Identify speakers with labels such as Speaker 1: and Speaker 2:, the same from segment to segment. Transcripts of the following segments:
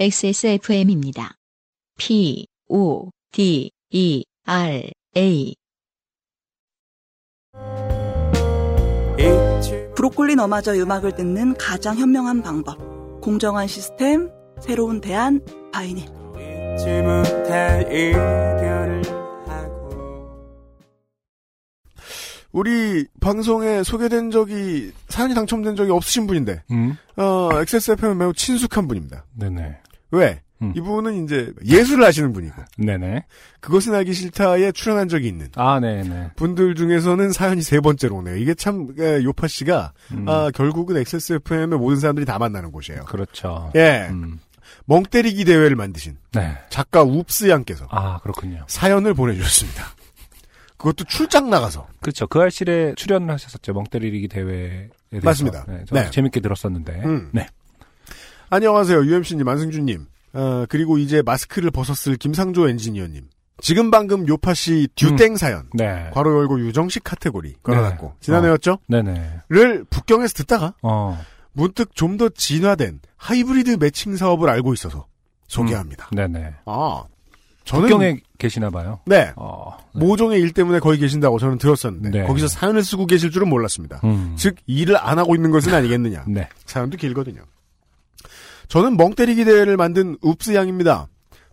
Speaker 1: XSFM입니다. P, O, D, E, R, A.
Speaker 2: 브로콜리 너마저 음악을 듣는 가장 현명한 방법. 공정한 시스템, 새로운 대안, 바이닐.
Speaker 3: 우리 방송에 소개된 적이 사연이 당첨된 적이 없으신 분인데
Speaker 4: 음,
Speaker 3: 어, XSFM에 매우 친숙한 분입니다.
Speaker 4: 네네.
Speaker 3: 왜?
Speaker 4: 음.
Speaker 3: 이분은 이제 예술을 하시는 분이고
Speaker 4: 네네.
Speaker 3: 그것은 알기 싫다에 출연한 적이 있는
Speaker 4: 아, 네네.
Speaker 3: 분들 중에서는 사연이 세 번째로 오네요. 이게 참 에, 요파 씨가
Speaker 4: 음,
Speaker 3: 아, 결국은 XSFM의 모든 사람들이 다 만나는 곳이에요.
Speaker 4: 그렇죠.
Speaker 3: 예,
Speaker 4: 음,
Speaker 3: 멍때리기 대회를 만드신
Speaker 4: 네.
Speaker 3: 작가 웁스 양께서
Speaker 4: 아, 그렇군요.
Speaker 3: 사연을 보내주셨습니다. 그것도 출장 나가서
Speaker 4: 그렇죠. 그 알실에 출연을 하셨었죠. 멍때리기 대회에 대해서.
Speaker 3: 맞습니다.
Speaker 4: 네. 저도
Speaker 3: 네.
Speaker 4: 재밌게 들었었는데.
Speaker 3: 음.
Speaker 4: 네.
Speaker 3: 안녕하세요 UMC님 안승준님 어, 그리고 이제 마스크를 벗었을 김상조 엔지니어님 지금 방금 요파 씨 듀땡 사연
Speaker 4: 네.
Speaker 3: 괄호 열고 유정식 카테고리 걸어놨고 지난해였죠?
Speaker 4: 네네.
Speaker 3: 를 북경에서 듣다가
Speaker 4: 어.
Speaker 3: 문득 좀 더 진화된 하이브리드 매칭 사업을 알고 있어서 소개합니다.
Speaker 4: 네네.
Speaker 3: 아 저는
Speaker 4: 음. 북경에 계시나 봐요.
Speaker 3: 네,
Speaker 4: 어. 네.
Speaker 3: 모종의 일 때문에 거기 계신다고 저는 들었었는데
Speaker 4: 네.
Speaker 3: 거기서 사연을 쓰고 계실 줄은 몰랐습니다.
Speaker 4: 음.
Speaker 3: 즉 일을 안 하고 있는 것은 아니겠느냐.
Speaker 4: 네.
Speaker 3: 사연도 길거든요. 저는 멍때리기 대회를 만든 읍스 양입니다.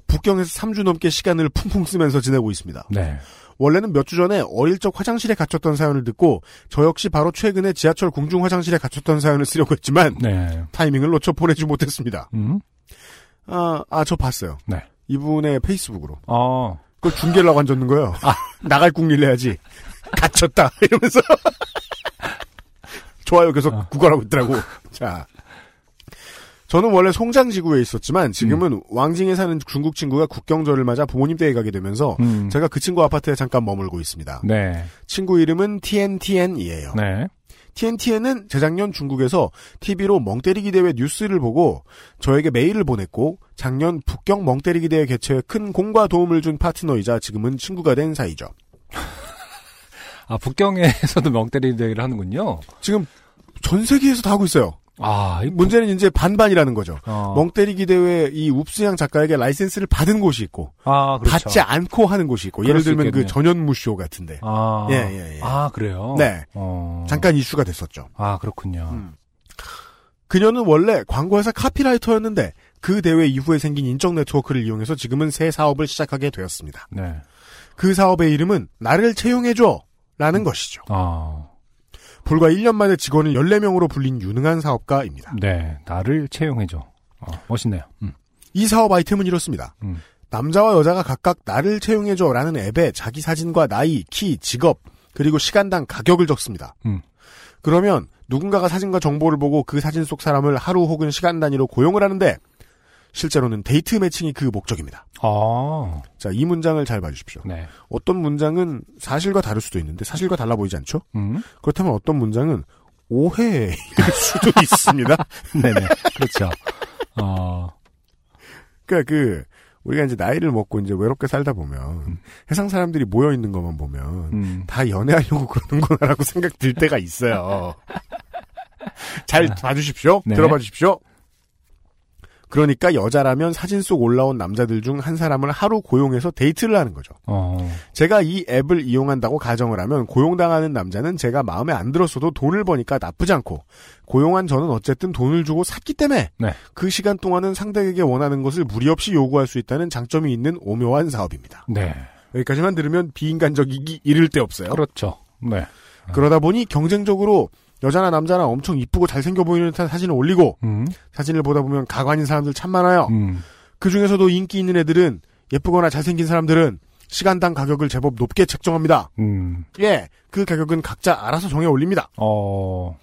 Speaker 3: 북경에서 3주 넘게 시간을 풍풍 쓰면서 지내고 있습니다.
Speaker 4: 네.
Speaker 3: 원래는 몇 주 전에 어릴 적 화장실에 갇혔던 사연을 듣고 저 역시 바로 최근에 지하철 공중 화장실에 갇혔던 사연을 쓰려고 했지만
Speaker 4: 네.
Speaker 3: 타이밍을 놓쳐 보내지 못했습니다.
Speaker 4: 음.
Speaker 3: 아, 아, 저 봤어요.
Speaker 4: 네.
Speaker 3: 이분의 페이스북으로.
Speaker 4: 어.
Speaker 3: 그걸 중계를 하고 앉았는 거예요. 아, 나갈 궁리를 해야지. 갇혔다. 이러면서. 좋아요. 계속
Speaker 4: 어.
Speaker 3: 구걸하고 있더라고. 자. 저는 원래 송장지구에 있었지만 지금은 왕징에 사는 중국 친구가 국경절을 맞아 부모님 댁에 가게 되면서
Speaker 4: 음.
Speaker 3: 제가 그 친구 아파트에 잠깐 머물고 있습니다.
Speaker 4: 네.
Speaker 3: 친구 이름은 TNTN이에요.
Speaker 4: 네.
Speaker 3: TNTN은 재작년 중국에서 TV로 멍때리기 대회 뉴스를 보고 저에게 메일을 보냈고 작년 북경 멍때리기 대회 개최에 큰 공과 도움을 준 파트너이자 지금은 친구가 된 사이죠.
Speaker 4: 아, 북경에서도 멍때리기 대회를 하는군요.
Speaker 3: 지금 전 세계에서 다 하고 있어요.
Speaker 4: 아, 이
Speaker 3: 문제는 이제 반반이라는 거죠.
Speaker 4: 어.
Speaker 3: 멍때리기 대회 이 웁스양 작가에게 라이센스를 받은 곳이 있고
Speaker 4: 아, 그렇죠.
Speaker 3: 받지 않고 하는 곳이 있고 예를
Speaker 4: 그럴 수
Speaker 3: 들면 그
Speaker 4: 있겠네요.
Speaker 3: 전현무쇼 같은데
Speaker 4: 아.
Speaker 3: 예, 예, 예.
Speaker 4: 아, 그래요?
Speaker 3: 네.
Speaker 4: 어.
Speaker 3: 잠깐 이슈가 됐었죠.
Speaker 4: 아, 그렇군요.
Speaker 3: 음. 그녀는 원래 광고회사 카피라이터였는데 그 대회 이후에 생긴 인적 네트워크를 이용해서 지금은 새 사업을 시작하게 되었습니다.
Speaker 4: 네.
Speaker 3: 그 사업의 이름은 나를 채용해줘 라는 것이죠.
Speaker 4: 아,
Speaker 3: 불과 1년 만에 직원을 14명으로 불린 유능한 사업가입니다.
Speaker 4: 네. 나를 채용해줘. 어, 멋있네요. 음.
Speaker 3: 이 사업 아이템은 이렇습니다.
Speaker 4: 음.
Speaker 3: 남자와 여자가 각각 나를 채용해줘 라는 앱에 자기 사진과 나이, 키, 직업, 그리고 시간당 가격을 적습니다.
Speaker 4: 음.
Speaker 3: 그러면 누군가가 사진과 정보를 보고 그 사진 속 사람을 하루 혹은 시간 단위로 고용을 하는데 실제로는 데이트 매칭이 그 목적입니다.
Speaker 4: 아,
Speaker 3: 자, 이 문장을 잘 봐주십시오.
Speaker 4: 네.
Speaker 3: 어떤 문장은 사실과 다를 수도 있는데 사실과 달라 보이지 않죠?
Speaker 4: 음.
Speaker 3: 그렇다면 어떤 문장은 오해일 수도 있습니다.
Speaker 4: 네네. 그렇죠. 어,
Speaker 3: 그러니까 그 우리가 이제 나이를 먹고 이제 외롭게 살다 보면 세상 사람들이 모여 있는 것만 보면
Speaker 4: 음.
Speaker 3: 다 연애하려고 그러는구나라고 생각 들 때가 있어요. 잘 봐주십시오.
Speaker 4: 네.
Speaker 3: 들어봐 주십시오. 그러니까 여자라면 사진 속 올라온 남자들 중 한 사람을 하루 고용해서 데이트를 하는 거죠.
Speaker 4: 어,
Speaker 3: 제가 이 앱을 이용한다고 가정을 하면 고용당하는 남자는 제가 마음에 안 들었어도 돈을 버니까 나쁘지 않고 고용한 저는 어쨌든 돈을 주고 샀기 때문에
Speaker 4: 네.
Speaker 3: 그 시간 동안은 상대에게 원하는 것을 무리 없이 요구할 수 있다는 장점이 있는 오묘한 사업입니다.
Speaker 4: 네.
Speaker 3: 여기까지만 들으면 비인간적이기 이를 데 없어요.
Speaker 4: 그렇죠. 네.
Speaker 3: 그러다 보니 경쟁적으로 여자나 남자나 엄청 이쁘고 잘생겨 보이는 듯한 사진을 올리고
Speaker 4: 음.
Speaker 3: 사진을 보다 보면 가관인 사람들 참 많아요.
Speaker 4: 음.
Speaker 3: 그 중에서도 인기 있는 애들은 예쁘거나 잘생긴 사람들은 시간당 가격을 제법 높게 책정합니다.
Speaker 4: 음.
Speaker 3: 예, 그 가격은 각자 알아서 정해 올립니다.
Speaker 4: 어,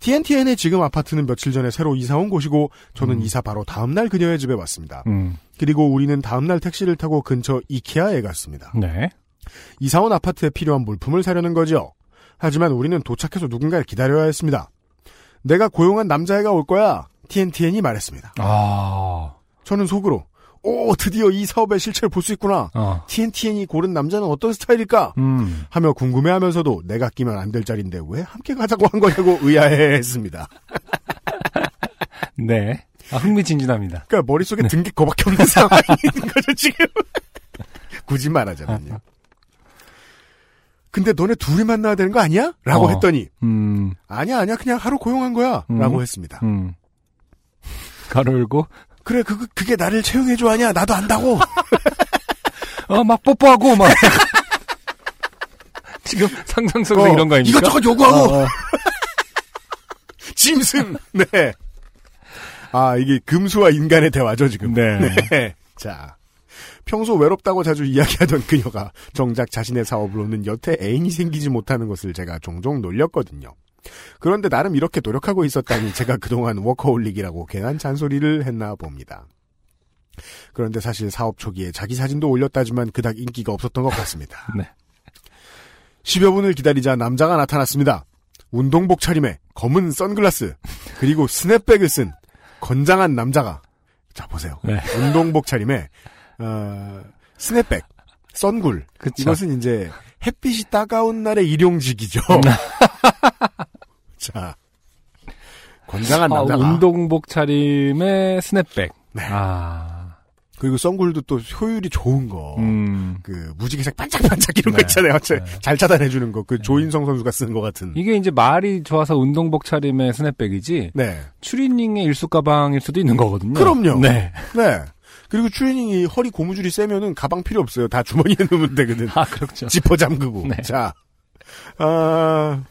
Speaker 3: TNTN의 지금 아파트는 며칠 전에 새로 이사 온 곳이고 저는
Speaker 4: 음.
Speaker 3: 이사 바로 다음 날 그녀의 집에 왔습니다.
Speaker 4: 음.
Speaker 3: 그리고 우리는 다음 날 택시를 타고 근처 이케아에 갔습니다.
Speaker 4: 네.
Speaker 3: 이사 온 아파트에 필요한 물품을 사려는 거죠. 하지만 우리는 도착해서 누군가를 기다려야 했습니다. 내가 고용한 남자애가 올 거야. TNTN이 말했습니다.
Speaker 4: 아,
Speaker 3: 저는 속으로 오 드디어 이 사업의 실체를 볼 수 있구나.
Speaker 4: 어.
Speaker 3: TNTN이 고른 남자는 어떤 스타일일까?
Speaker 4: 음.
Speaker 3: 하며 궁금해하면서도 내가 끼면 안 될 자리인데 왜 함께 가자고 한 거냐고 의아해했습니다.
Speaker 4: 네. 아, 흥미진진합니다.
Speaker 3: 그러니까 머릿속에 등기 거밖에 없는 상황인 거죠 지금. 굳이 말하자면요. 근데 너네 둘이 만나야 되는 거 아니야? 라고
Speaker 4: 어.
Speaker 3: 했더니
Speaker 4: 음,
Speaker 3: 아니야 아니야 그냥 하루 고용한 거야
Speaker 4: 음.
Speaker 3: 라고 했습니다.
Speaker 4: 음. 가르고
Speaker 3: 그래 그, 그게 나를 채용해줘 하냐 나도 안다고
Speaker 4: 어, 막 뽀뽀하고 막 지금 상상 속에서
Speaker 3: 어,
Speaker 4: 이런 거 아닙니까? 어.
Speaker 3: 이것저것 요구하고 짐승 네. 아 이게 금수와 인간의 대화죠 지금.
Speaker 4: 네.
Speaker 3: 네. 자. 평소 외롭다고 자주 이야기하던 그녀가 정작 자신의 사업으로는 여태 애인이 생기지 못하는 것을 제가 종종 놀렸거든요. 그런데 나름 이렇게 노력하고 있었다니 제가 그동안 워커홀릭이라고 괜한 잔소리를 했나 봅니다. 그런데 사실 사업 초기에 자기 사진도 올렸다지만 그닥 인기가 없었던 것 같습니다.
Speaker 4: 네.
Speaker 3: 10여 분을 기다리자 남자가 나타났습니다. 운동복 차림에 검은 선글라스 그리고 스냅백을 쓴 건장한 남자가 자 보세요.
Speaker 4: 네.
Speaker 3: 운동복 차림에 어, 스냅백, 선굴
Speaker 4: 그쵸.
Speaker 3: 이것은 이제 햇빛이 따가운 날의 일용직이죠.
Speaker 4: 음.
Speaker 3: 자 건장한
Speaker 4: 아,
Speaker 3: 남자가
Speaker 4: 운동복 차림에 스냅백. 아,
Speaker 3: 그리고 선굴도 또 효율이 좋은 거.
Speaker 4: 음.
Speaker 3: 그 무지개색 반짝반짝 이런 거
Speaker 4: 네.
Speaker 3: 있잖아요. 저-
Speaker 4: 네.
Speaker 3: 잘 차단해주는 거. 그 조인성 선수가 쓰는 것 같은.
Speaker 4: 이게 이제 말이 좋아서 운동복 차림에 스냅백이지
Speaker 3: 네.
Speaker 4: 추리닝의 일수 가방일 수도 있는 거거든요.
Speaker 3: 그럼요.
Speaker 4: 네.
Speaker 3: 네. 그리고 트레이닝이 허리 고무줄이 세면은 가방 필요 없어요. 다 주머니에 넣으면 되거든.
Speaker 4: 아 그렇죠.
Speaker 3: 지퍼 잠그고.
Speaker 4: 네.
Speaker 3: 자, 아,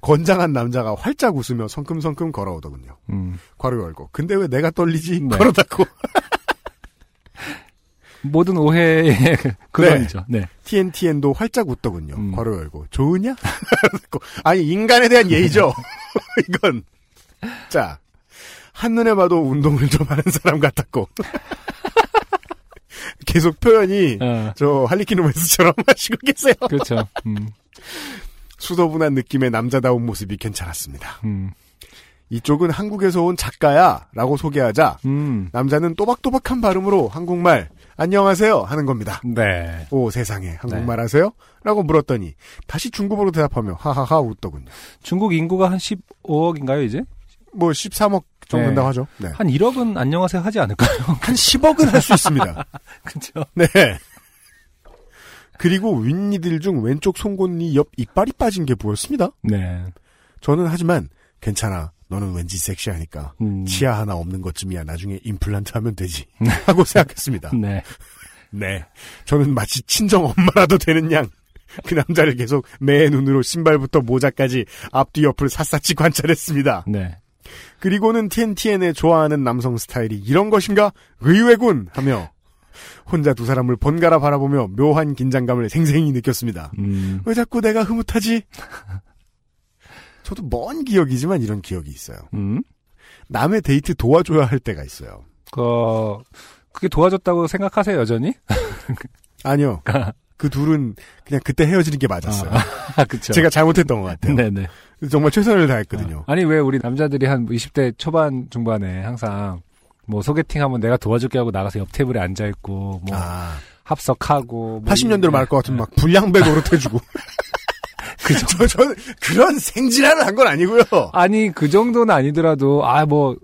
Speaker 3: 건장한 남자가 활짝 웃으며 성큼성큼 걸어오더군요.
Speaker 4: 음.
Speaker 3: 괄호 열고. 근데 왜 내가 떨리지?
Speaker 4: 네.
Speaker 3: 걸어 닫고.
Speaker 4: 모든 오해의 근원이죠. 네.
Speaker 3: TNTN도 활짝 웃더군요.
Speaker 4: 음.
Speaker 3: 괄호 열고. 좋으냐? 아니, 인간에 대한 예의죠. 이건. 자. 한눈에 봐도 운동을 좀 하는 사람 같았고. 계속 표현이
Speaker 4: 어,
Speaker 3: 저 할리퀸로맨스처럼 하시고 계세요.
Speaker 4: 그렇죠. 음,
Speaker 3: 수더분한 느낌의 남자다운 모습이 괜찮았습니다.
Speaker 4: 음,
Speaker 3: 이쪽은 한국에서 온 작가야라고 소개하자
Speaker 4: 음.
Speaker 3: 남자는 또박또박한 발음으로 한국말 안녕하세요 하는 겁니다.
Speaker 4: 네.
Speaker 3: 오 세상에 한국말 하세요? 라고 물었더니 다시 중국어로 대답하며 하하하 웃더군요.
Speaker 4: 중국 인구가 한 15억인가요 이제?
Speaker 3: 뭐 13억 정도
Speaker 4: 네.
Speaker 3: 된다고 하죠. 네.
Speaker 4: 한 1억은 안녕하세요 하지 않을까요?
Speaker 3: 한 10억은 할 수 있습니다.
Speaker 4: 그렇죠.
Speaker 3: 네. 그리고 윗니들 중 왼쪽 송곳니 옆 이빨이 빠진 게 보였습니다.
Speaker 4: 네.
Speaker 3: 저는 하지만 괜찮아. 너는 왠지 섹시하니까
Speaker 4: 음,
Speaker 3: 치아 하나 없는 것쯤이야 나중에 임플란트 하면 되지 하고 생각했습니다.
Speaker 4: 네.
Speaker 3: 네, 저는 마치 친정 엄마라도 되는 양. 그 남자를 계속 매 눈으로 신발부터 모자까지 앞뒤 옆을 샅샅이 관찰했습니다.
Speaker 4: 네.
Speaker 3: 그리고는 TNTN의 좋아하는 남성 스타일이 이런 것인가 의외군 하며 혼자 두 사람을 번갈아 바라보며 묘한 긴장감을 생생히 느꼈습니다.
Speaker 4: 음.
Speaker 3: 왜 자꾸 내가 흐뭇하지? 저도 먼 기억이지만 이런 기억이 있어요.
Speaker 4: 음.
Speaker 3: 남의 데이트 도와줘야 할 때가 있어요.
Speaker 4: 그 그게 도와줬다고 생각하세요 여전히?
Speaker 3: 아니요. 그 둘은 그냥 그때 헤어지는 게 맞았어요.
Speaker 4: 그러니까 아 그렇죠.
Speaker 3: 제가 잘못했던 것 같아요.
Speaker 4: 네네.
Speaker 3: 정말 최선을 다했거든요.
Speaker 4: 아, 아니 왜 우리 남자들이 한 20대 초반 중반에 항상 뭐 소개팅 하면 내가 도와줄게 하고 나가서 옆 테이블에 앉아 있고 뭐
Speaker 3: 아,
Speaker 4: 합석하고 뭐
Speaker 3: 80년대로 말할 것 같으면 막 불량배 노릇해주고.
Speaker 4: 그 정도.
Speaker 3: 저, 저는 그런 생질환을 한 건 아니고요.
Speaker 4: 아니 그 정도는 아니더라도 아 뭐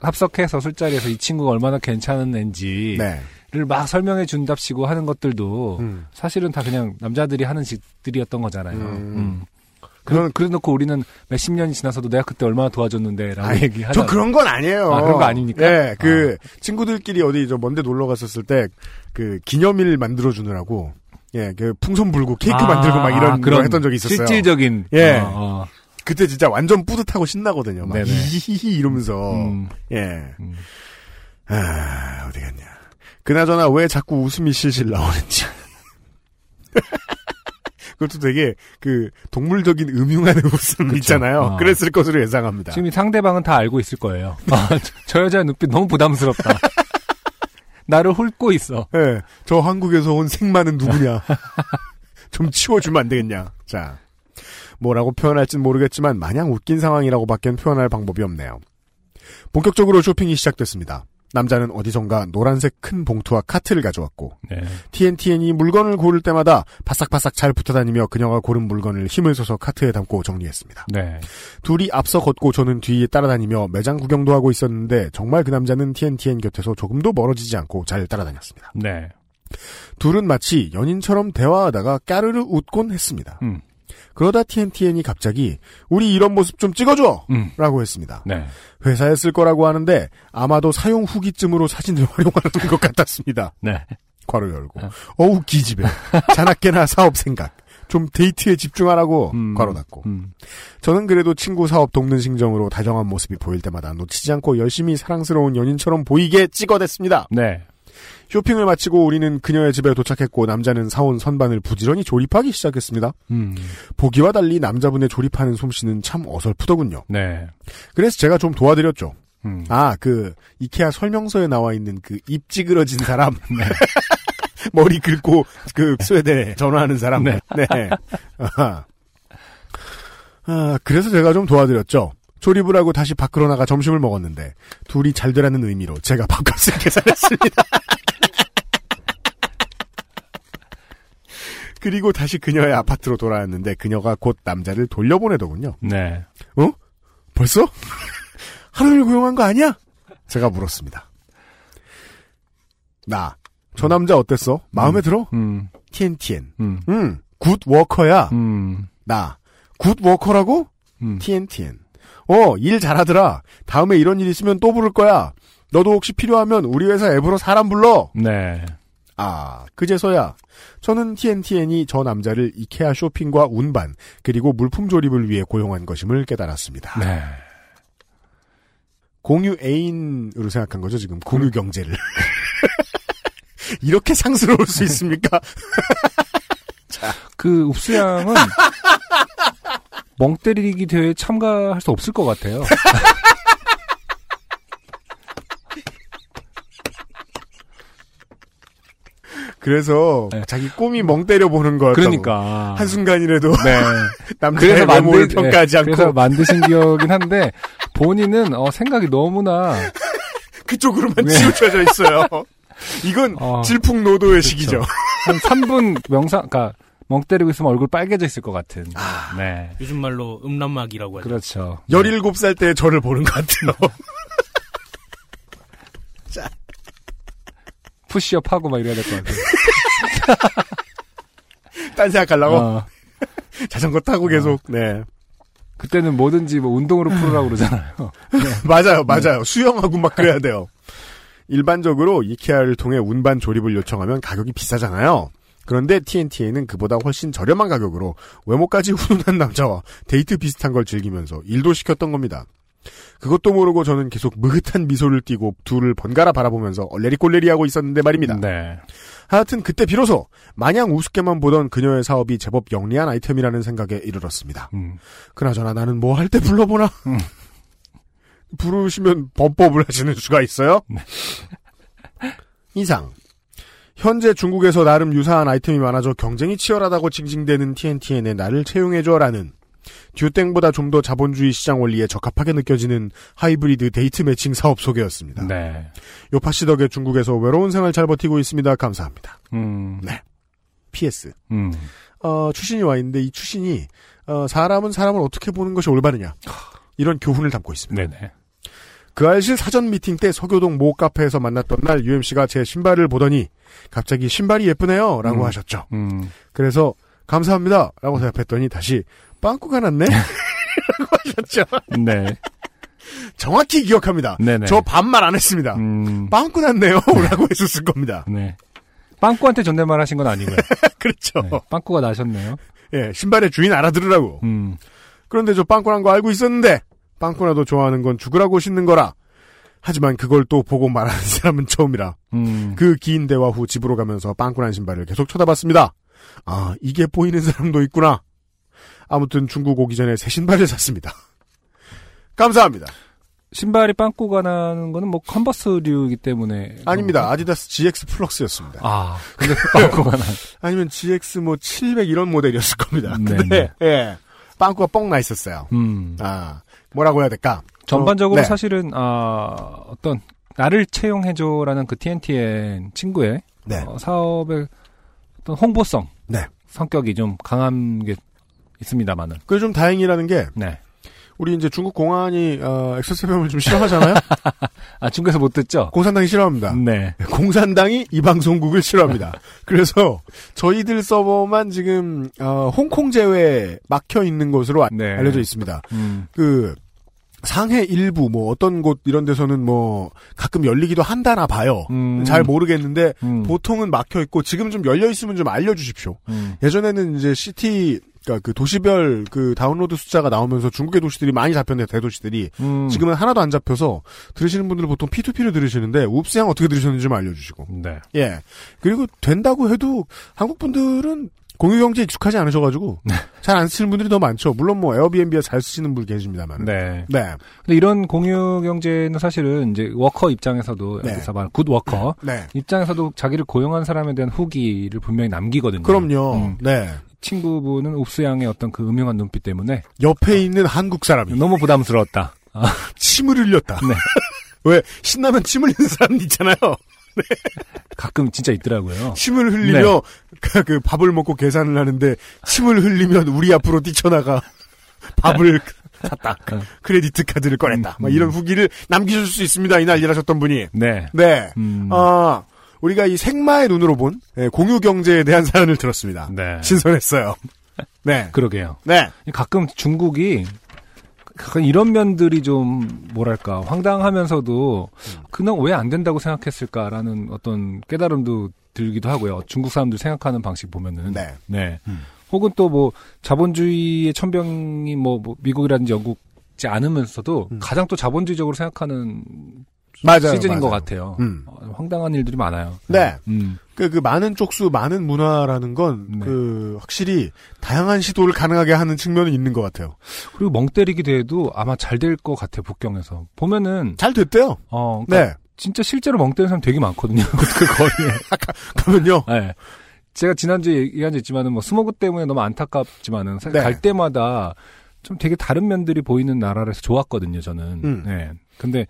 Speaker 4: 합석해서 술자리에서 이 친구가 얼마나 괜찮은 애인지를
Speaker 3: 네.
Speaker 4: 막 설명해 준답시고 하는 것들도
Speaker 3: 음.
Speaker 4: 사실은 다 그냥 남자들이 하는 짓들이었던 거잖아요.
Speaker 3: 음.
Speaker 4: 음.
Speaker 3: 그건-
Speaker 4: 그런 그래 놓고 우리는 몇십 년이 지나서도 내가 그때 얼마나 도와줬는데라고 얘기하잖아요.
Speaker 3: 저 그런 건 아니에요.
Speaker 4: 아, 그런 거 아닙니까?
Speaker 3: 예, 그, 친구들끼리 어디 저 먼데 놀러 갔었을 때, 그, 기념일 만들어주느라고, 예, 그, 풍선 불고 케이크
Speaker 4: 아,
Speaker 3: 만들고 막 이런 거
Speaker 4: 그런
Speaker 3: 했던 적이 있었어요.
Speaker 4: 실질적인
Speaker 3: 예.
Speaker 4: 어, 어.
Speaker 3: 그때 진짜 완전 뿌듯하고 신나거든요. 막,
Speaker 4: 네네.
Speaker 3: 히히히 이러면서,
Speaker 4: 음,
Speaker 3: 예.
Speaker 4: 음.
Speaker 3: 아, 어디 갔냐. 그나저나 왜 자꾸 웃음이 실실 나오는지. 그것도 되게 그 동물적인 음흉한 웃음 있잖아요.
Speaker 4: 아.
Speaker 3: 그랬을 것으로 예상합니다.
Speaker 4: 지금 이 상대방은 다 알고 있을 거예요. 아, 저, 저 여자의 눈빛 너무 부담스럽다. 나를 훑고 있어.
Speaker 3: 예, 저 한국에서 온 생마는 누구냐. 좀 치워주면 안 되겠냐. 자, 뭐라고 표현할진 모르겠지만 마냥 웃긴 상황이라고밖엔 표현할 방법이 없네요. 본격적으로 쇼핑이 시작됐습니다. 남자는 어디선가 노란색 큰 봉투와 카트를 가져왔고
Speaker 4: 네.
Speaker 3: TNTN이 물건을 고를 때마다 바싹바싹 잘 붙어다니며 그녀가 고른 물건을 힘을 써서 카트에 담고 정리했습니다.
Speaker 4: 네.
Speaker 3: 둘이 앞서 걷고 저는 뒤에 따라다니며 매장 구경도 하고 있었는데 정말 그 남자는 TNTN 곁에서 조금도 멀어지지 않고 잘 따라다녔습니다.
Speaker 4: 네.
Speaker 3: 둘은 마치 연인처럼 대화하다가 까르르 웃곤 했습니다.
Speaker 4: 음.
Speaker 3: 그러다 TNTN이 갑자기 우리 이런 모습 좀 찍어줘!
Speaker 4: 음.
Speaker 3: 라고 했습니다.
Speaker 4: 네.
Speaker 3: 회사에 쓸 거라고 하는데 아마도 사용 후기쯤으로 사진을 활용하는 것 같았습니다.
Speaker 4: 네.
Speaker 3: 괄호 열고
Speaker 4: 아.
Speaker 3: 어우 기집애 자나깨나 사업 생각 좀 데이트에 집중하라고
Speaker 4: 음.
Speaker 3: 괄호 닫고
Speaker 4: 음.
Speaker 3: 저는 그래도 친구 사업 돕는 심정으로 다정한 모습이 보일 때마다 놓치지 않고 열심히 사랑스러운 연인처럼 보이게 찍어댔습니다.
Speaker 4: 네.
Speaker 3: 쇼핑을 마치고 우리는 그녀의 집에 도착했고 남자는 사온 선반을 부지런히 조립하기 시작했습니다.
Speaker 4: 음.
Speaker 3: 보기와 달리 남자분의 조립하는 솜씨는 참 어설프더군요.
Speaker 4: 네.
Speaker 3: 그래서 제가 좀 도와드렸죠.
Speaker 4: 음.
Speaker 3: 아, 그, 이케아 설명서에 나와 있는 그 입 찌그러진 사람.
Speaker 4: 네.
Speaker 3: 머리 긁고 그 스웨덴에 전화하는 사람.
Speaker 4: 네.
Speaker 3: 네. 아하. 아, 그래서 제가 좀 도와드렸죠. 조립을 하고 다시 밖으로 나가 점심을 먹었는데 둘이 잘 되라는 의미로 제가 밥값을 계산했습니다. 그리고 다시 그녀의 아파트로 돌아왔는데 그녀가 곧 남자를 돌려보내더군요.
Speaker 4: 네.
Speaker 3: 벌써? 하루를 고용한 거 아니야? 제가 물었습니다. 나, 저 남자 어땠어? 마음에 들어?
Speaker 4: 음.
Speaker 3: TNTN.
Speaker 4: 음.
Speaker 3: 음, 굿 워커야.
Speaker 4: 음.
Speaker 3: 나, 굿 워커라고?
Speaker 4: 음.
Speaker 3: TNTN. 어, 일 잘하더라. 다음에 이런 일 있으면 또 부를 거야. 너도 혹시 필요하면 우리 회사 앱으로 사람 불러.
Speaker 4: 네.
Speaker 3: 아, 그제서야 저는 TNTN이 저 남자를 이케아 쇼핑과 운반 그리고 물품 조립을 위해 고용한 것임을 깨달았습니다.
Speaker 4: 네.
Speaker 3: 공유 애인으로 생각한 거죠 지금 공유 경제를 이렇게 상스러울 수 있습니까?
Speaker 4: 그 읍수 양은 멍 때리기 대회에 참가할 수 없을 것 같아요.
Speaker 3: 그래서
Speaker 4: 네.
Speaker 3: 자기 꿈이 멍 때려 보는 거였다고
Speaker 4: 그러니까.
Speaker 3: 한 순간이라도
Speaker 4: 네.
Speaker 3: 남자의 외모를 평가하지
Speaker 4: 네,
Speaker 3: 않고
Speaker 4: 그래서 만드신 기억이긴 한데 본인은 어, 생각이 너무나
Speaker 3: 그쪽으로만
Speaker 4: 네.
Speaker 3: 치우쳐져 있어요. 이건
Speaker 4: 어, 그렇죠.
Speaker 3: 질풍노도의 시기죠.
Speaker 4: 한 3분 명상, 그러니까 멍 때리고 있으면 얼굴 빨개져 있을 것 같은.
Speaker 3: 아.
Speaker 4: 네.
Speaker 5: 요즘 말로 음란막이라고 하죠.
Speaker 4: 그렇죠.
Speaker 3: 17살 때 저를 보는 것 같아요.
Speaker 4: 푸시업 하고 막 이래야 될 것 같아요.
Speaker 3: 딴 생각하려고
Speaker 4: 어,
Speaker 3: 자전거 타고 계속 네
Speaker 4: 그때는 뭐든지 뭐 운동으로 풀으라고 그러잖아요.
Speaker 3: 맞아요, 맞아요. 수영하고 막 그래야 돼요. 일반적으로 이케아를 통해 운반 조립을 요청하면 가격이 비싸잖아요. 그런데 TNT에는 그보다 훨씬 저렴한 가격으로 외모까지 훈훈한 남자와 데이트 비슷한 걸 즐기면서 일도 시켰던 겁니다. 그것도 모르고 저는 계속 느긋한 미소를 띠고 둘을 번갈아 바라보면서 얼레리꼴레리 하고 있었는데 말입니다.
Speaker 4: 네.
Speaker 3: 하여튼 그때 비로소 마냥 우습게만 보던 그녀의 사업이 제법 영리한 아이템이라는 생각에 이르렀습니다.
Speaker 4: 음.
Speaker 3: 그나저나 나는 뭐 할 때 불러보나? 부르시면 범법을 하시는 수가 있어요? 이상. 현재 중국에서 나름 유사한 아이템이 많아져 경쟁이 치열하다고 징징대는 TNTN의 나를 채용해줘라는 듀땡보다 좀 더 자본주의 시장 원리에 적합하게 느껴지는 하이브리드 데이트 매칭 사업 소개였습니다.
Speaker 4: 네.
Speaker 3: 요파 씨 덕에 중국에서 외로운 생활 잘 버티고 있습니다. 감사합니다.
Speaker 4: 음.
Speaker 3: PS.
Speaker 4: 음.
Speaker 3: 어, 추신이 와 있는데 이 추신이 어, 사람은 사람을 어떻게 보는 것이 올바르냐 이런 교훈을 담고 있습니다.
Speaker 4: 네네.
Speaker 3: 그 알실 사전 미팅 때 서교동 모 카페에서 만났던 날 UMC가 제 신발을 보더니 갑자기 신발이 예쁘네요 라고
Speaker 4: 음.
Speaker 3: 하셨죠.
Speaker 4: 음.
Speaker 3: 그래서 감사합니다 라고 대답했더니 다시 빵꾸가 났네 라고 하셨죠.
Speaker 4: 네.
Speaker 3: 정확히 기억합니다.
Speaker 4: 네네.
Speaker 3: 저 반말 안 했습니다.
Speaker 4: 음.
Speaker 3: 빵꾸 났네요 라고 했었을 겁니다.
Speaker 4: 네. 빵꾸한테 존댓말 하신 건 아니고요.
Speaker 3: 그렇죠.
Speaker 4: 네. 빵꾸가 나셨네요.
Speaker 3: 예, 신발의 주인 알아들으라고.
Speaker 4: 음.
Speaker 3: 그런데 저 빵꾸난 거 알고 있었는데 빵꾸나도 좋아하는 건 죽으라고 신는 거라. 하지만 그걸 또 보고 말하는 사람은 처음이라
Speaker 4: 음.
Speaker 3: 그 긴 대화 후 집으로 가면서 빵꾸난 신발을 계속 쳐다봤습니다. 아, 이게 보이는 사람도 있구나. 아무튼 중국 오기 전에 새 신발을 샀습니다. 감사합니다.
Speaker 4: 신발이 빵꾸가 나는 거는 뭐 컨버스류이기 때문에.
Speaker 3: 아닙니다. 아디다스 GX 플럭스였습니다.
Speaker 4: 아, 근데 빵꾸가 나.
Speaker 3: 아니면 GX 뭐 700 이런 모델이었을 겁니다.
Speaker 4: 네,
Speaker 3: 근데 예, 빵꾸가 뻥 나 있었어요.
Speaker 4: 음.
Speaker 3: 아, 뭐라고 해야 될까?
Speaker 4: 전반적으로
Speaker 3: 네.
Speaker 4: 사실은 아, 어떤 나를 채용해줘라는 그 TNTN 친구의
Speaker 3: 네.
Speaker 4: 어, 사업의 어떤 홍보성
Speaker 3: 네.
Speaker 4: 성격이 좀 강한 게 있습니다만은
Speaker 3: 그게 좀 다행이라는 게
Speaker 4: 네.
Speaker 3: 우리 이제 중국 공안이 어, 엑소세범을 좀 싫어하잖아요.
Speaker 4: 아 중국에서 못 듣죠?
Speaker 3: 공산당이 싫어합니다.
Speaker 4: 네.
Speaker 3: 공산당이 이 방송국을 싫어합니다. 그래서 저희들 서버만 지금 어, 홍콩 제외 막혀 있는 것으로 아-
Speaker 4: 네.
Speaker 3: 알려져 있습니다.
Speaker 4: 음,
Speaker 3: 그 상해 일부 뭐 어떤 곳 이런 데서는 뭐 가끔 열리기도 한다나 봐요.
Speaker 4: 음.
Speaker 3: 잘 모르겠는데
Speaker 4: 음,
Speaker 3: 보통은 막혀 있고 지금 좀 열려 있으면 좀 알려주십시오.
Speaker 4: 음,
Speaker 3: 예전에는 이제 시티 그러니까 그 도시별 그 다운로드 숫자가 나오면서 중국의 도시들이 많이 잡혔는데 대도시들이
Speaker 4: 음.
Speaker 3: 지금은 하나도 안 잡혀서 들으시는 분들은 보통 P2P로 들으시는데 웁스양 어떻게 들으셨는지 좀 알려주시고
Speaker 4: 네.
Speaker 3: 예 그리고 된다고 해도 한국 분들은 공유 경제 에 익숙하지 않으셔가지고
Speaker 4: 네.
Speaker 3: 잘 안 쓰시는 분들이 더 많죠 물론 뭐 에어비앤비에 잘 쓰시는 분 계십니다만
Speaker 4: 네.
Speaker 3: 네,
Speaker 4: 근데 이런 공유 경제는 사실은 이제 워커 입장에서도
Speaker 3: 네.
Speaker 4: 여기서 말한 굿 워커
Speaker 3: 네.
Speaker 4: 입장에서도 자기를 고용한 사람에 대한 후기를 분명히 남기거든요.
Speaker 3: 그럼요
Speaker 4: 음.
Speaker 3: 네
Speaker 4: 친구분은 읍수양의 어떤 그 음흉한 눈빛 때문에
Speaker 3: 옆에 있는 한국 사람이
Speaker 4: 너무 부담스러웠다. 아,
Speaker 3: 침을 흘렸다
Speaker 4: 네.
Speaker 3: 왜 신나면 침 흘리는 사람 있잖아요
Speaker 4: 가끔 진짜 있더라고요.
Speaker 3: 침을 흘리며 그 밥을 먹고 계산을 하는데 침을 흘리면 우리 앞으로 뛰쳐나가 밥을 샀다 크레디트 카드를 꺼냈다 막 이런 후기를 남기실 수 있습니다 이날 일하셨던 분이
Speaker 4: 네.
Speaker 3: 네
Speaker 4: 음,
Speaker 3: 아, 우리가 이 생마의 눈으로 본 예, 공유 경제에 대한 사연을 들었습니다
Speaker 4: 네.
Speaker 3: 신선했어요 네네
Speaker 4: 그러게요. 가끔 중국이 약간 이런 면들이 좀 뭐랄까 황당하면서도
Speaker 3: 음.
Speaker 4: 그냥 왜 안 된다고 생각했을까라는 어떤 깨달음도 들기도 하고요. 중국 사람들 생각하는 방식 보면은
Speaker 3: 네.
Speaker 4: 네.
Speaker 3: 음.
Speaker 4: 혹은 또 뭐 자본주의의 천병이 뭐, 뭐 미국이라든지 영국지 않으면서도
Speaker 3: 음.
Speaker 4: 가장 또 자본주의적으로 생각하는
Speaker 3: 맞아요,
Speaker 4: 시즌인 것
Speaker 3: 맞아요.
Speaker 4: 같아요.
Speaker 3: 음.
Speaker 4: 어, 황당한 일들이 많아요.
Speaker 3: 네.
Speaker 4: 음.
Speaker 3: 그, 그 많은 쪽수 많은 문화라는 건
Speaker 4: 네.
Speaker 3: 그 확실히 다양한 시도를 가능하게 하는 측면은 있는 것 같아요
Speaker 4: 그리고 멍 때리기 대회도 아마 잘 될 것 같아요. 북경에서 보면은
Speaker 3: 잘 됐대요
Speaker 4: 어 그러니까
Speaker 3: 네
Speaker 4: 진짜 실제로 멍 때리는 사람 되게 많거든요. 그 거리에.
Speaker 3: 그러면요
Speaker 4: 네. 제가 지난주에 얘기한 적 있지만은 뭐 스모그 때문에 너무 안타깝지만은 사실
Speaker 3: 네.
Speaker 4: 갈 때마다 좀 되게 다른 면들이 보이는 나라라서 좋았거든요, 저는.
Speaker 3: 음.
Speaker 4: 네. 근데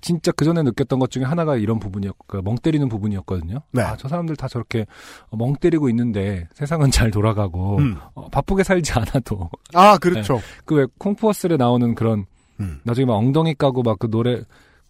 Speaker 4: 진짜 그 전에 느꼈던 것 중에 하나가 이런 부분이었고 그 멍 때리는 부분이었거든요.
Speaker 3: 네.
Speaker 4: 아, 저 사람들 다 저렇게 멍 때리고 있는데 세상은 잘 돌아가고
Speaker 3: 음.
Speaker 4: 어, 바쁘게 살지 않아도
Speaker 3: 아 그렇죠
Speaker 4: 그 왜 콩푸어스에 나오는 그런
Speaker 3: 음.
Speaker 4: 나중에 막 엉덩이 까고 막 그 노래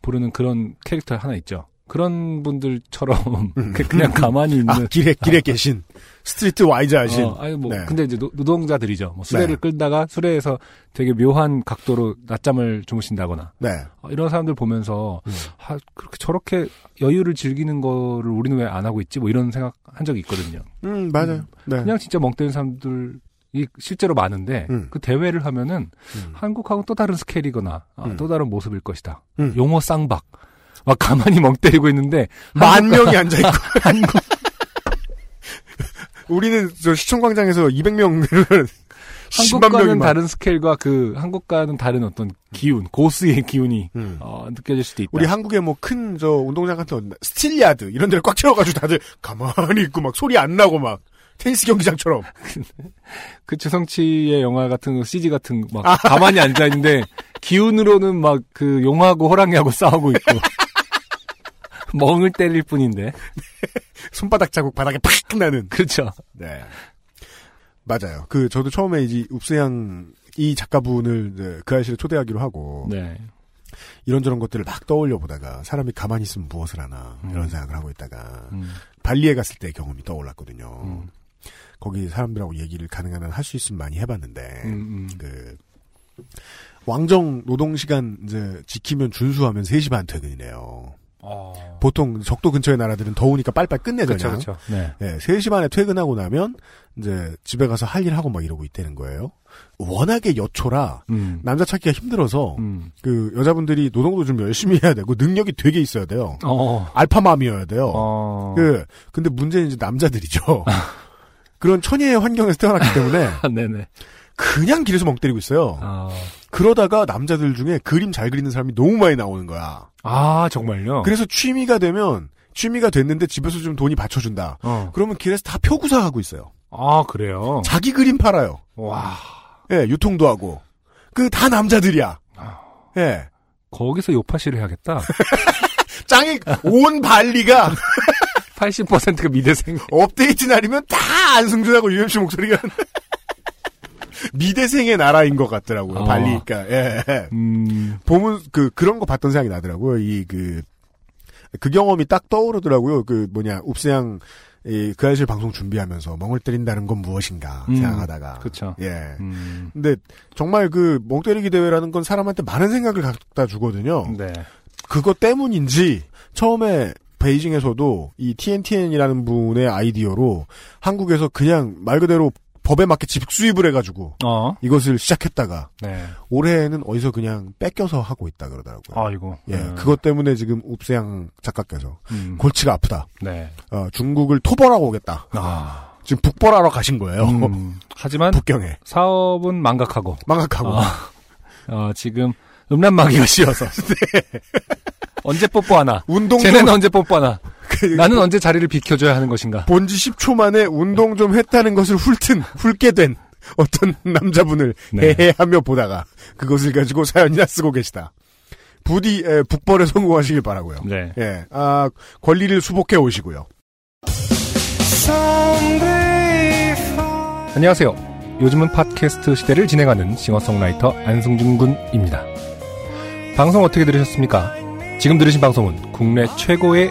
Speaker 4: 부르는 그런 캐릭터 하나 있죠. 그런 분들처럼
Speaker 3: 음.
Speaker 4: 그냥 가만히 있는
Speaker 3: 아, 길에, 길에 계신. 스트리트 와이즈 하신.
Speaker 4: 어, 아니 뭐
Speaker 3: 네.
Speaker 4: 근데 이제 노, 동자들이죠뭐 수레를
Speaker 3: 네.
Speaker 4: 끌다가 수레에서 되게 묘한 각도로 낮잠을 주무신다거나
Speaker 3: 네.
Speaker 4: 어, 이런 사람들 보면서
Speaker 3: 음.
Speaker 4: 아, 그렇게 저렇게 여유를 즐기는 거를 우리는 왜 안 하고 있지? 뭐 이런 생각 한 적이 있거든요.
Speaker 3: 음, 맞아요. 네.
Speaker 4: 그냥 진짜 멍때는 사람들. 이 실제로 많은데
Speaker 3: 음.
Speaker 4: 그 대회를 하면은
Speaker 3: 음.
Speaker 4: 한국하고 또 다른 스케일이거나 아,
Speaker 3: 음.
Speaker 4: 또 다른 모습일 것이다.
Speaker 3: 음.
Speaker 4: 용호 쌍박 막 가만히 멍 때리고 있는데
Speaker 3: 만 명이 앉아있고. 우리는 저 시청광장에서 200명을.
Speaker 4: 한국과는 다른 스케일과 그 한국과는 다른 어떤 기운 고스의 기운이
Speaker 3: 음.
Speaker 4: 어, 느껴질 수도 있다.
Speaker 3: 우리 한국의 뭐 큰 저 운동장 같은 어디- 스틸야드 이런 데를 꽉 채워가지고 다들 가만히 있고 막 소리 안 나고 막 테니스 경기장처럼.
Speaker 4: 그 최성치의 영화 같은 거, CG 같은 거막 가만히 앉아 있는데 기운으로는 막 그 용하고 호랑이하고 싸우고 있고 멍을 때릴 뿐인데
Speaker 3: 손바닥 자국 바닥에 팍 나는.
Speaker 4: 그렇죠.
Speaker 3: 네. 맞아요. 그 저도 처음에 이제 읍스양 이 작가분을 이제 그 아이씨를 초대하기로 하고
Speaker 4: 네.
Speaker 3: 이런저런 것들을 막 떠올려 보다가 사람이 가만히 있으면 무엇을 하나 이런
Speaker 4: 음.
Speaker 3: 생각을 하고 있다가
Speaker 4: 음,
Speaker 3: 발리에 갔을 때 경험이 떠올랐거든요.
Speaker 4: 음.
Speaker 3: 거기 사람들하고 얘기를 가능한 한 할 수 있으면 많이 해봤는데
Speaker 4: 음,
Speaker 3: 그 왕정 노동 시간 이제 지키면 준수하면 3시 반 퇴근이래요.
Speaker 4: 어.
Speaker 3: 보통 적도 근처의 나라들은 더우니까 빨빨
Speaker 4: 그렇죠,
Speaker 3: 끝내잖아요.
Speaker 4: 그렇죠. 네.
Speaker 3: 예, 3시 반에 퇴근하고 나면 이제 집에 가서 할 일 하고 막 이러고 있다는 거예요. 워낙에 여초라
Speaker 4: 음,
Speaker 3: 남자 찾기가 힘들어서
Speaker 4: 음.
Speaker 3: 그 여자분들이 노동도 좀 열심히 해야 되고 능력이 되게 있어야 돼요.
Speaker 4: 어,
Speaker 3: 알파맘이어야 돼요.
Speaker 4: 어,
Speaker 3: 그 근데 문제는 이제 남자들이죠. 그런 천혜의 환경에서 태어났기 때문에
Speaker 4: 아, 네네.
Speaker 3: 그냥 길에서 멍 때리고 있어요.
Speaker 4: 아,
Speaker 3: 그러다가 남자들 중에 그림 잘 그리는 사람이 너무 많이 나오는 거야.
Speaker 4: 아 정말요?
Speaker 3: 그래서 취미가 되면 취미가 됐는데 집에서 좀 돈이 받쳐준다.
Speaker 4: 어.
Speaker 3: 그러면 길에서 다 표구사 하고 있어요.
Speaker 4: 아 그래요.
Speaker 3: 자기 그림 팔아요.
Speaker 4: 와,
Speaker 3: 예, 유통도 하고.
Speaker 4: 아.
Speaker 3: 그 다 남자들이야. 예.
Speaker 4: 거기서 요파시를 해야겠다.
Speaker 3: 짱이 온 발리가
Speaker 4: 80%가 미대생.
Speaker 3: 업데이트 날이면 다 안승준하고 UMC 목소리가 미대생의 나라인 것 같더라고요.
Speaker 4: 어.
Speaker 3: 발리니까. 예.
Speaker 4: 음,
Speaker 3: 보면 그 그런 거 봤던 생각이 나더라고요. 이 그 그 경험이 딱 떠오르더라고요. 그 뭐냐 읍스양 이그 아실 방송 준비하면서 멍을 때린다는 건 무엇인가
Speaker 4: 음,
Speaker 3: 생각하다가
Speaker 4: 그쵸.
Speaker 3: 예.
Speaker 4: 음,
Speaker 3: 근데 정말 그 멍때리기 대회라는 건 사람한테 많은 생각을 갖다 주거든요.
Speaker 4: 네.
Speaker 3: 그거 때문인지 처음에 베이징에서도 이 TNTN이라는 분의 아이디어로 한국에서 그냥 말 그대로 법에 맞게 집수입을 해가지고
Speaker 4: 어,
Speaker 3: 이것을 시작했다가
Speaker 4: 네.
Speaker 3: 올해는 어디서 그냥 뺏겨서 하고 있다 그러더라고요.
Speaker 4: 아이고.
Speaker 3: 예,
Speaker 4: 네.
Speaker 3: 그것 때문에 지금 읍세양 작가께서
Speaker 4: 음,
Speaker 3: 골치가 아프다.
Speaker 4: 네.
Speaker 3: 어, 중국을 토벌하고 오겠다.
Speaker 4: 아,
Speaker 3: 지금 북벌하러 가신 거예요.
Speaker 4: 음, 하지만
Speaker 3: 북경에
Speaker 4: 사업은 망각하고
Speaker 3: 망각하고
Speaker 4: 아, 어, 지금 음란마귀가 씌어서 언제 뽀뽀하나?
Speaker 3: 네. 운동 좀
Speaker 4: 쟤네는 언제 뽀뽀하나?
Speaker 3: 그-
Speaker 4: 나는 언제 자리를 비켜줘야 하는 것인가?
Speaker 3: 본지 10초 만에 운동 좀 했다는 것을 훑은 훑게 된 어떤 남자분을
Speaker 4: 네.
Speaker 3: 해해하며 보다가 그것을 가지고 사연이나 쓰고 계시다. 부디 에, 북벌에 성공하시길 바라고요.
Speaker 4: 네.
Speaker 3: 예, 아 권리를 수복해 오시고요.
Speaker 4: 안녕하세요. 요즘은 팟캐스트 시대를 진행하는 싱어송라이터 안승준 군입니다. 방송 어떻게 들으셨습니까? 지금 들으신 방송은 국내 최고의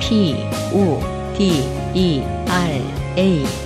Speaker 1: P O D E R A